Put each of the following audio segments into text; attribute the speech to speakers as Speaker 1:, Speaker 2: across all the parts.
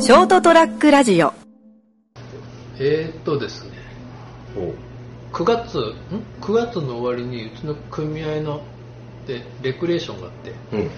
Speaker 1: ショートトラックラジオ
Speaker 2: えー、っとですね
Speaker 3: おう
Speaker 2: 9月ん9月の終わりにうちの組合のでレクレーションがあって
Speaker 3: うん、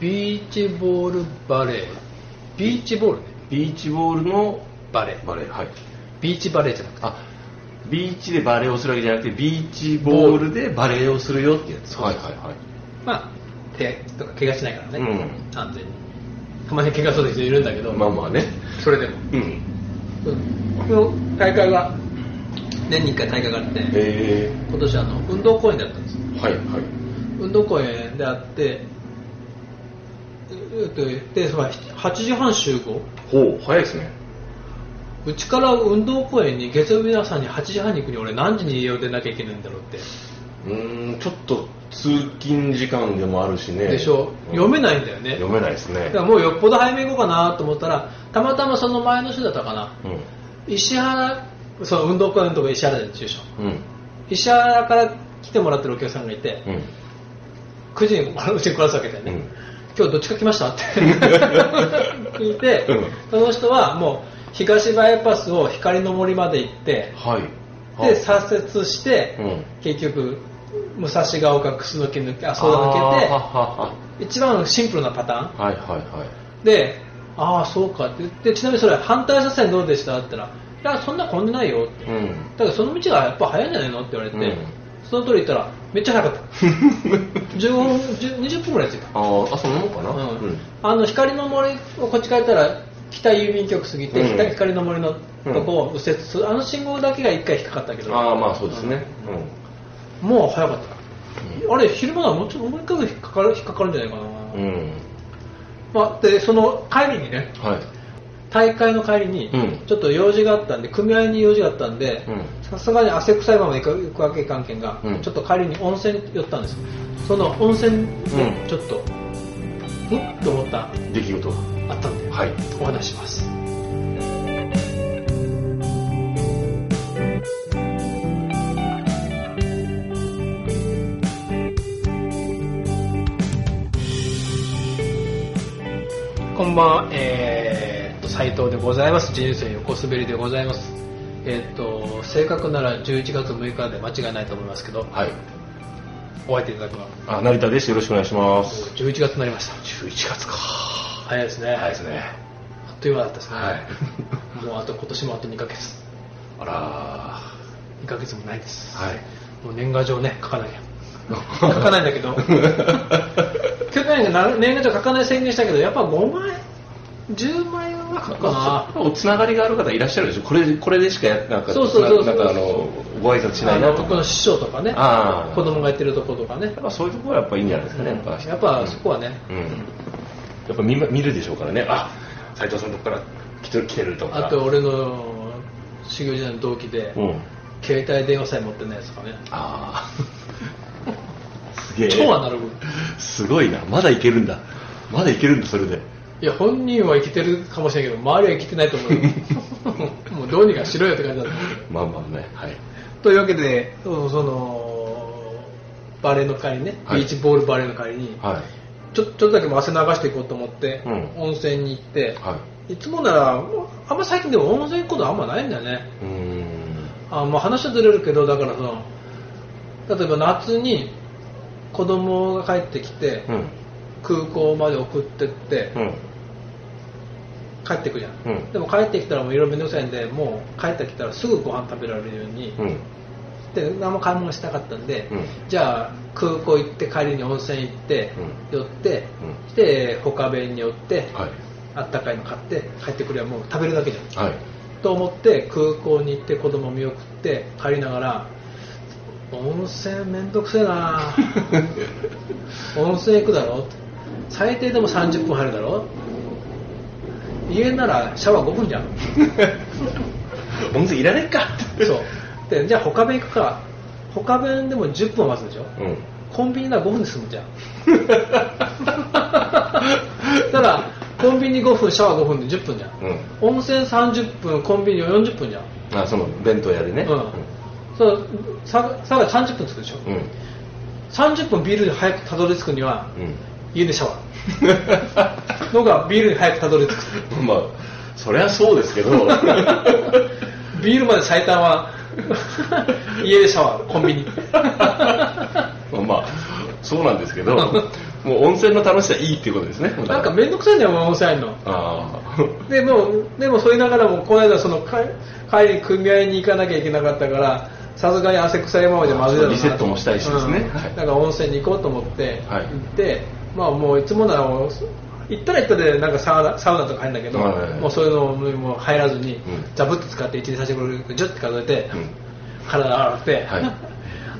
Speaker 2: ビーチボールバレービーチボールね
Speaker 3: ビーチボールの
Speaker 2: バレー
Speaker 3: バレーはい
Speaker 2: ビーチバレーじゃなくて
Speaker 3: あビーチでバレーをするわけじゃなくてビーチボールでバレーをするよってやつ
Speaker 2: そうそう
Speaker 3: はいは
Speaker 2: まあ手とか怪我しないからね、
Speaker 3: う
Speaker 2: 安全にたまに怪我する人いるんだけど、
Speaker 3: まあまあね
Speaker 2: それでも
Speaker 3: うん
Speaker 2: うんこの大会は年に1回大会があって
Speaker 3: へえ
Speaker 2: 今年あの運動公園だったんですよ
Speaker 3: はいはい
Speaker 2: 運動公園であってううとでその8時半集合
Speaker 3: ほう早いですね
Speaker 2: うちから運動公園に月曜日の朝に8時半に行くに俺何時に家を出なきゃいけないんだろうって、
Speaker 3: うーんちょっと通勤時間でもあるしね
Speaker 2: でしょ、
Speaker 3: うん
Speaker 2: 読めないんだよね
Speaker 3: 読めないです
Speaker 2: だ
Speaker 3: ね
Speaker 2: からもうよっぽど早めに行こうかなと思ったらたまたまその前の週だったかな
Speaker 3: うん
Speaker 2: 石原その運動公園のとこ石原で中小
Speaker 3: うん
Speaker 2: 石原から来てもらってるお客さんがいて、
Speaker 3: うん
Speaker 2: 9時にあのうちに来らすわけだよね、
Speaker 3: うん
Speaker 2: 今日どっちか来ましたっ て聞いて、
Speaker 3: うん
Speaker 2: その人はもう東バイパスを光の森まで行って
Speaker 3: はい
Speaker 2: で左折して、
Speaker 3: うん
Speaker 2: 結局武蔵ヶ丘楠木抜けあ
Speaker 3: あ
Speaker 2: そうだ
Speaker 3: は
Speaker 2: 抜
Speaker 3: は
Speaker 2: けて一番シンプルなパターン
Speaker 3: ははいはいはい
Speaker 2: でああそうかって言ってちなみにそれ反対車線どうでしたって言ったらいやそんな混んでないよって
Speaker 3: うん
Speaker 2: だからその道がやっぱ早いんじゃないのって言われて、
Speaker 3: うん
Speaker 2: その通り言ったらめっちゃ早かった15分10 20分ぐらい着いた
Speaker 3: あーあそのもんかな
Speaker 2: う
Speaker 3: うんん、
Speaker 2: あの光の森をこっちから行ったら北郵便局過ぎて、
Speaker 3: うん
Speaker 2: 北光の森のとこを右折する、あの信号だけが一回引っかかったけど
Speaker 3: ああまあそうですね
Speaker 2: もう早かった、あれ昼間はもうちょっともう一回ぐらい引っかかる引っかかるんじゃないかな、
Speaker 3: うん、うん、
Speaker 2: まあ、でその帰りにね
Speaker 3: はい
Speaker 2: 大会の帰りに、
Speaker 3: うん
Speaker 2: ちょっと用事があったんで組合に用事があったんで
Speaker 3: うん
Speaker 2: さすがに汗臭いまま行く行くわけ関係が、
Speaker 3: うん
Speaker 2: ちょっと帰りに温泉寄ったんですその温泉でちょっと、うん、っと思った
Speaker 3: 出来事
Speaker 2: あったんで、
Speaker 3: はい
Speaker 2: お話ししますこんばんは、えーっと斉藤でございます人生横滑りでございますえーっと正確なら11月6日で間違いないと思いますけど
Speaker 3: はい
Speaker 2: お相手いただくのは
Speaker 3: あ成田ですよろしくお願いします
Speaker 2: 11月になりました
Speaker 3: 11月か
Speaker 2: 早いですね
Speaker 3: 早いですね
Speaker 2: あっという間だったですね、
Speaker 3: はい
Speaker 2: もうあと今年もあと2ヶ月
Speaker 3: あら
Speaker 2: 2ヶ月もないです、
Speaker 3: はい
Speaker 2: もう年賀状ね書かな きゃ書かないんだけど去年な年賀状書かない宣言したけどやっぱ5枚10枚は書くか
Speaker 3: おつながりがある方いらっしゃるでしょこれこれでしかやなんか
Speaker 2: そうそうそうそう
Speaker 3: なんかあのご挨拶し
Speaker 2: な
Speaker 3: ないなと
Speaker 2: 僕
Speaker 3: か
Speaker 2: の師匠とかね
Speaker 3: あー
Speaker 2: 子供がやってるとことかね
Speaker 3: やっぱそういうところはやっぱいいんじゃないですかねやっぱ
Speaker 2: やっぱそこはね、
Speaker 3: うんやっぱ見ま見るでしょうからねあ斉藤さんのとこから来て来てるとか
Speaker 2: あと俺の修行時代の同期で、
Speaker 3: うん
Speaker 2: 携帯電話さえ持ってないやつとかね
Speaker 3: あ あすげえ
Speaker 2: 超アナログ
Speaker 3: すごいなまだいけるんだまだいけるんだそれで
Speaker 2: いや本人は生きてるかもしれないけど周りは生きてないと思 うもうどうにかしろよって感じだった
Speaker 3: まあまあねはい
Speaker 2: というわけでそのそのバレーの帰りね、
Speaker 3: はい
Speaker 2: ビーチボールバレーの帰りに
Speaker 3: はい
Speaker 2: ちょちょっとだけも汗流していこうと思って、
Speaker 3: うん
Speaker 2: 温泉に行って、、
Speaker 3: はい
Speaker 2: つもならあんま最近でも温泉行くことあんまないんだよね
Speaker 3: いうーん
Speaker 2: あまあ話はずれるけどだからその例えば夏に子供が帰ってきて、
Speaker 3: うん
Speaker 2: 空港まで送ってって、
Speaker 3: うん
Speaker 2: 帰ってくじゃん、
Speaker 3: うん
Speaker 2: でも帰ってきたらもういろいろ面倒くさいんでもう帰ってきたらすぐご飯食べられるように、
Speaker 3: うん
Speaker 2: で何も買い物したかったんで、
Speaker 3: うん
Speaker 2: じゃあ空港行って帰りに温泉行って、寄って、
Speaker 3: う
Speaker 2: で他弁に寄って、
Speaker 3: はい
Speaker 2: あったかいの買って帰ってくればもう食べるだけじゃん
Speaker 3: はい
Speaker 2: と思って空港に行って子供見送って帰りながら温泉めんどくせえ な温泉行くだろ最低でも30分入るだろ家ならシャワー5分じゃん
Speaker 3: 温泉いらないか
Speaker 2: そうでじゃあ他弁行くか他弁でも10分は待つでしょ
Speaker 3: うん
Speaker 2: コンビニなら5分で済むじゃんただコンビニ5分シャワー5分で10分じゃん、
Speaker 3: うん
Speaker 2: 温泉30分コンビニ40分じゃん、
Speaker 3: あその弁当屋でね
Speaker 2: うんそうささが30分つくでしょ、
Speaker 3: うん
Speaker 2: 30分ビールに早くたどり着くには
Speaker 3: うん
Speaker 2: 家でシャワーのがビールに早くたどり着く
Speaker 3: まあそりゃそうですけど
Speaker 2: ビールまで最短 は家でシャワーコンビニ
Speaker 3: まあそうなんですけどもう温泉の楽しさいいっていうことですね
Speaker 2: なんか面倒くさいんだよ温泉入るの
Speaker 3: あ
Speaker 2: でもうでもそう言いながらもこの間その帰帰り組合に行かなきゃいけなかったからさすがに汗臭いままじゃまずいだろうな
Speaker 3: リセットもしたいしですね
Speaker 2: うん
Speaker 3: はい
Speaker 2: なんか温泉に行こうと思って
Speaker 3: は
Speaker 2: 行
Speaker 3: い
Speaker 2: って、まあもういつもならもう行ったら行ったでなんかサウナサウナとか入るんだけど、
Speaker 3: はいはいはい
Speaker 2: もうそういうのももう入らずに、
Speaker 3: ん
Speaker 2: ザブッと使って1日差し頃ジュッて数えて、
Speaker 3: あ、うん
Speaker 2: 体洗って、
Speaker 3: はい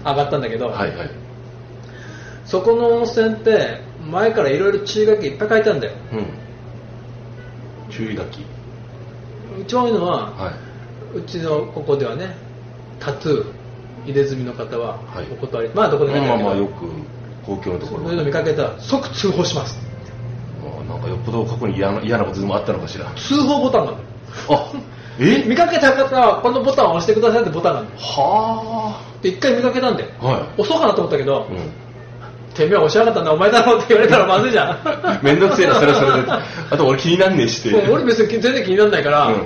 Speaker 2: 上がったんだけど、
Speaker 3: はいはい
Speaker 2: そこの温泉って前からいろいろ注意書きいっぱい書いてあるんだよ
Speaker 3: うん注意書き
Speaker 2: 一番多いのは、
Speaker 3: はいう
Speaker 2: ちのここではねタトゥー入れ墨の方は
Speaker 3: はい
Speaker 2: お断り、まあどこでもいいん
Speaker 3: ま
Speaker 2: だ
Speaker 3: あ
Speaker 2: けど
Speaker 3: まあよく公共のところ
Speaker 2: そういうの見かけたら即通報します
Speaker 3: ああなんかよっぽど過去に嫌な嫌なことでもあったのかしら
Speaker 2: 通報ボタンなんだよ
Speaker 3: あえ
Speaker 2: 見かけた方はこのボタンを押してくださいってボタンなんだよ
Speaker 3: は
Speaker 2: で一回見かけたんだよ
Speaker 3: あは
Speaker 2: 押そうかなと思ったけど
Speaker 3: い、、うん
Speaker 2: てめえ押しやがったんだお前だろって言われたらまずいじゃん
Speaker 3: 面倒くせえなそれはそれであと俺気になんねえして
Speaker 2: もう俺別に全然気にならないから、
Speaker 3: う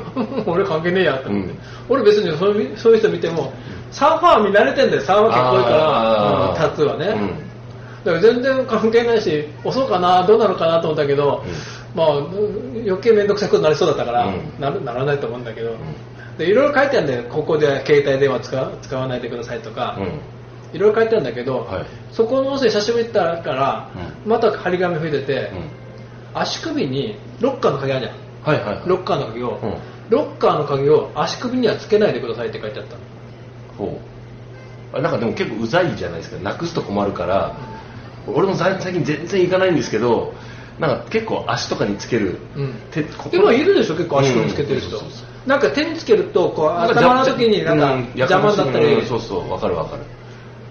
Speaker 2: 俺関係ねえやと思って、
Speaker 3: うん
Speaker 2: 俺別にそういうそういう人見てもサーファー見慣れてんだよサーファー結構多いから、
Speaker 3: あ
Speaker 2: うん
Speaker 3: ー
Speaker 2: タトゥーはね、
Speaker 3: うん
Speaker 2: だから全然関係ないし押そうかなどうなるかなと思ったけど、まあ、余計面倒くさくなりそうだったから、
Speaker 3: うん
Speaker 2: なるならないと思うんだけど、でいろいろ書いてあるんだよここでは携帯電話使う使わないでくださいとか、
Speaker 3: う
Speaker 2: いろいろ書いてあるんだけど、
Speaker 3: んはい
Speaker 2: そこの音声久しぶりに行ったから、また張り紙増えてて、
Speaker 3: うん
Speaker 2: 足首にロッカーの鍵あるじ
Speaker 3: はいはい
Speaker 2: ゃん
Speaker 3: はい
Speaker 2: ロッカーの鍵を、
Speaker 3: うん
Speaker 2: ロッカーの鍵を足首にはつけないでくださいって書いてあったの
Speaker 3: ほうあなんかでも結構うざいじゃないですかなくすと困るから俺も最最近全然行かないんですけどなんか結構足とかにつける
Speaker 2: うん
Speaker 3: 手ここ
Speaker 2: でもいるでしょ結構足首つけてる人、
Speaker 3: うんそうそうそ
Speaker 2: なんか手につけるとこう
Speaker 3: なんか
Speaker 2: 頭の時になんか
Speaker 3: うん
Speaker 2: 邪魔だった
Speaker 3: う
Speaker 2: り
Speaker 3: んそうそうわかるわかる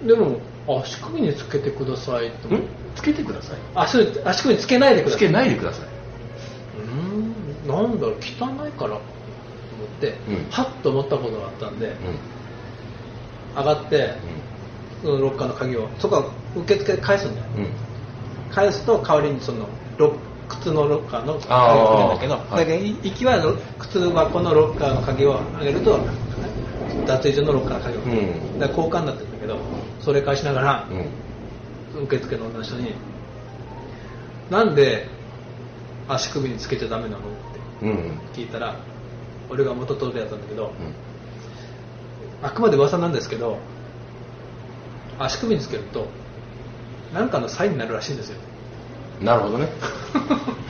Speaker 2: でも足首につけてくださいと
Speaker 3: んつけてください
Speaker 2: 足足首につけないでくだ
Speaker 3: つ
Speaker 2: さい
Speaker 3: け
Speaker 2: う
Speaker 3: ないでください
Speaker 2: ーんなんだろう汚いからと思って、
Speaker 3: うん
Speaker 2: はっと思ったことがあったんで
Speaker 3: うんうん
Speaker 2: 上がってそのロッカーの鍵をそこは受付で返すんだよ
Speaker 3: うん
Speaker 2: 返すと代わりにそのロ靴のロッカーの鍵をくれるんだけど、
Speaker 3: あー
Speaker 2: だけどい行きはロ靴箱のロッカーの鍵をあげると脱衣所のロッカーの鍵を、
Speaker 3: うん
Speaker 2: だから交換だったんだけどそれ返しながら、
Speaker 3: うん
Speaker 2: 受付の女の人になんで足首につけちゃダメなのっ
Speaker 3: うんうん
Speaker 2: て聞いたら俺が元取りだったんだけどあくまで噂なんですけど足首につけるとなんかのサインになるらしいんです よ
Speaker 3: うんなるほどね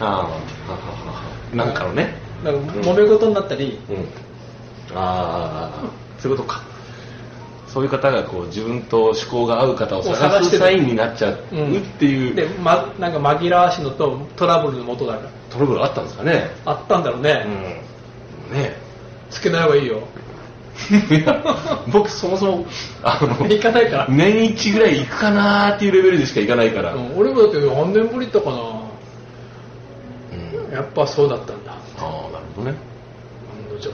Speaker 3: あーははははなんかのね
Speaker 2: なんか揉め事になったり、
Speaker 3: うん、ああそういうことかそういう方がこう自分と趣向が合う方を探
Speaker 2: 探して
Speaker 3: す
Speaker 2: る
Speaker 3: サインになっちゃうっていう、
Speaker 2: で、ま、なんか紛らわしいのとトラブルの元だから
Speaker 3: トラブルあったんですかね、
Speaker 2: あったんだろう
Speaker 3: う
Speaker 2: ね、
Speaker 3: ん、ね
Speaker 2: つけない方がいいよ
Speaker 3: えいや僕そもそもあ
Speaker 2: 行
Speaker 3: の
Speaker 2: かないから、
Speaker 3: 年一ぐらい行くかなーっていうレベルでしか行かないから、
Speaker 2: うん俺もだって何年ぶりとかな
Speaker 3: うん
Speaker 2: やっぱそうだったんだ
Speaker 3: ああなるほどね、
Speaker 2: 案の定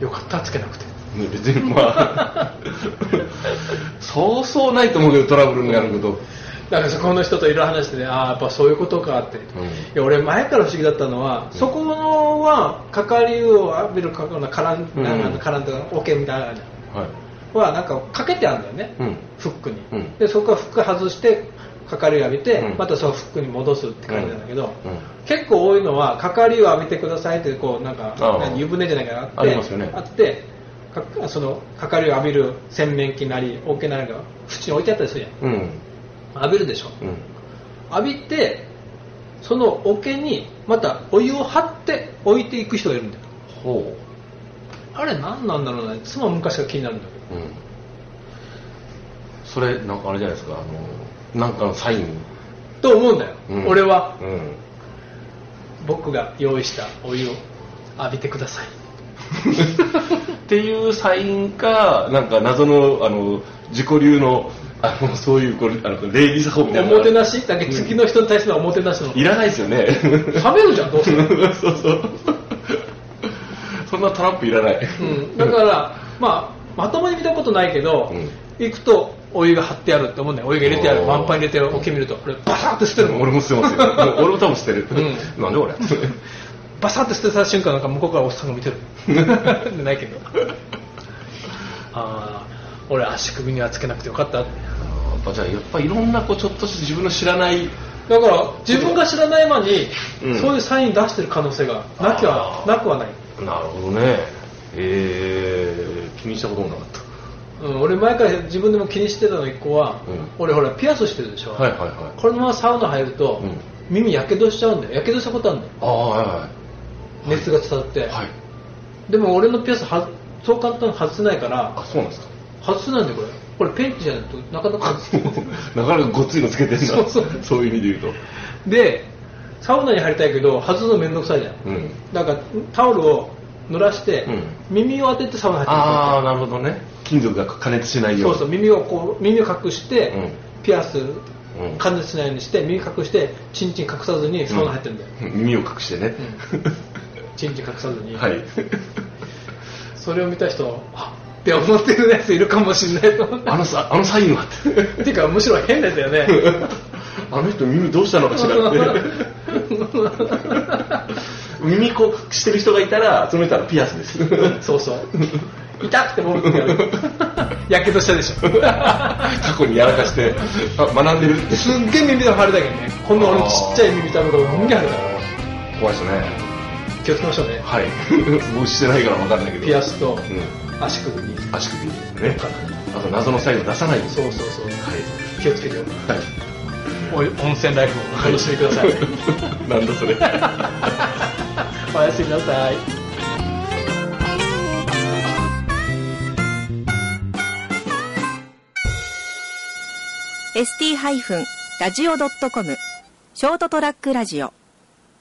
Speaker 2: よかったつけなくて
Speaker 3: うんね別にまあ そうそうないと思うけどトラブルになること、
Speaker 2: だからそこの人といろいろ話してねああやっぱそういうことかって、
Speaker 3: うん
Speaker 2: いや俺前から不思議だったのは、そこのは関わりを浴びるかの絡ん、
Speaker 3: うん
Speaker 2: なんか絡んだオケみたいなのあるじ
Speaker 3: はい
Speaker 2: ゃんはなんかかけてあるんだよね、
Speaker 3: うん
Speaker 2: フックに、
Speaker 3: うん
Speaker 2: でそこからフック外して関わりを浴びて、
Speaker 3: うん
Speaker 2: またそのフックに戻すって感じなんだけど、
Speaker 3: うん
Speaker 2: 結構多いのは関わりを浴びてくださいってこうなんか
Speaker 3: ああ
Speaker 2: 何湯船じゃないかなって
Speaker 3: ありますよね
Speaker 2: あってかその関わりを浴びる洗面器なりオケなりが縁に置いてあったりするやん
Speaker 3: うん
Speaker 2: 浴びるでしょ
Speaker 3: うん
Speaker 2: 浴びてその桶にまたお湯を張って置いていく人がいるんだよ
Speaker 3: ほ
Speaker 2: あれ何なんだろうないつも昔から気になるんだけど
Speaker 3: う、うん、それなんかあれじゃないですかあのなんかのサイン、
Speaker 2: と思うんだよ、
Speaker 3: うん
Speaker 2: 俺は
Speaker 3: うん
Speaker 2: 僕が用意したお湯を浴びてください
Speaker 3: っていうサインかなんか謎のあの自己流のあのそういうこれあの礼儀作法みたいな
Speaker 2: おもてなしだけ次の人に対してのおもてなしの
Speaker 3: いらないですよね
Speaker 2: 冷めるじゃんど うせ、う
Speaker 3: そうそうそんなトランプいらない、
Speaker 2: ん、だからまあまともに見たことないけど、
Speaker 3: うん
Speaker 2: 行くとお湯が張ってあるって思うんだよお湯が入れてある
Speaker 3: おー
Speaker 2: 満杯に入れておけ見るとこれバサッと捨てるもん
Speaker 3: 俺も捨てますよもう俺も多分捨てる、
Speaker 2: う
Speaker 3: なんで俺
Speaker 2: バサッて捨てた瞬間なんか向こうからおっさんが見てる ないけどああ俺足首にはつけなくてよかったって
Speaker 3: やっぱじゃあやっぱいろんなこうちょっとした自分の知らない
Speaker 2: だから自分が知らない間に、
Speaker 3: うん
Speaker 2: そういうサイン出してる可能性がなきは
Speaker 3: あー
Speaker 2: なくはない、
Speaker 3: なるほどねえー、気にしたこともなかった
Speaker 2: うん、俺前から自分でも気にしてたの一個は、
Speaker 3: うん
Speaker 2: 俺ほらピアスしてるでしょ、
Speaker 3: はいはいはい
Speaker 2: このままサウナ入ると、
Speaker 3: うん
Speaker 2: 耳やけどしちゃうんだよやけどしたことあるんだよ
Speaker 3: ああはいは
Speaker 2: 熱が伝わって、
Speaker 3: いはい
Speaker 2: でも俺のピアスはそう簡単に外せないから
Speaker 3: あそうなんですか
Speaker 2: 外せないんだよこれこれペンチじゃないとなかな か外せない
Speaker 3: なかなかごっついのつけてるな
Speaker 2: そうそう
Speaker 3: そういう意味で言う
Speaker 2: でサウナに入りたいけど外すの面倒くさいじゃん
Speaker 3: とうん
Speaker 2: だからタオルを濡らして、
Speaker 3: うん
Speaker 2: 耳を当ててサウナ入ってる
Speaker 3: ああなるほどね金属が加熱しないよう
Speaker 2: そう
Speaker 3: に
Speaker 2: そう耳をこう耳を隠して、
Speaker 3: うん
Speaker 2: ピアス
Speaker 3: うん
Speaker 2: 加熱しないようにして耳隠してチンチン隠さずにサウナ入ってるんだよ、
Speaker 3: うん耳を隠してね、
Speaker 2: チンチン隠さずに、
Speaker 3: はい
Speaker 2: それを見た人はあって思ってるやついるかもしれないと思って
Speaker 3: あのさあのサインはって
Speaker 2: っていうかむしろ変なやつだよね
Speaker 3: あの人耳どうしたのかしらって耳こうしてる人がいたらその人はピアスです
Speaker 2: そうそう痛くてもうや るやけどしたでしょ
Speaker 3: 過去にやらかしてあ学んでるって
Speaker 2: すっげえ耳玉腫れたけどねこんな俺のちっちゃい耳玉がうんげえ腫れたから
Speaker 3: 怖いですね
Speaker 2: 気をつけましょうね
Speaker 3: はい僕してないから分かんないけど
Speaker 2: ピアスと
Speaker 3: う
Speaker 2: 足首に
Speaker 3: ん足首ねあと謎のサインを出さないように
Speaker 2: そうそうそう
Speaker 3: は
Speaker 2: 気をつけてよ
Speaker 3: いはい
Speaker 2: おい温泉ライフをお楽しみください、
Speaker 3: なんだそれ
Speaker 2: おやすみなさい
Speaker 1: ー ST-radio.com ショートトラックラジオ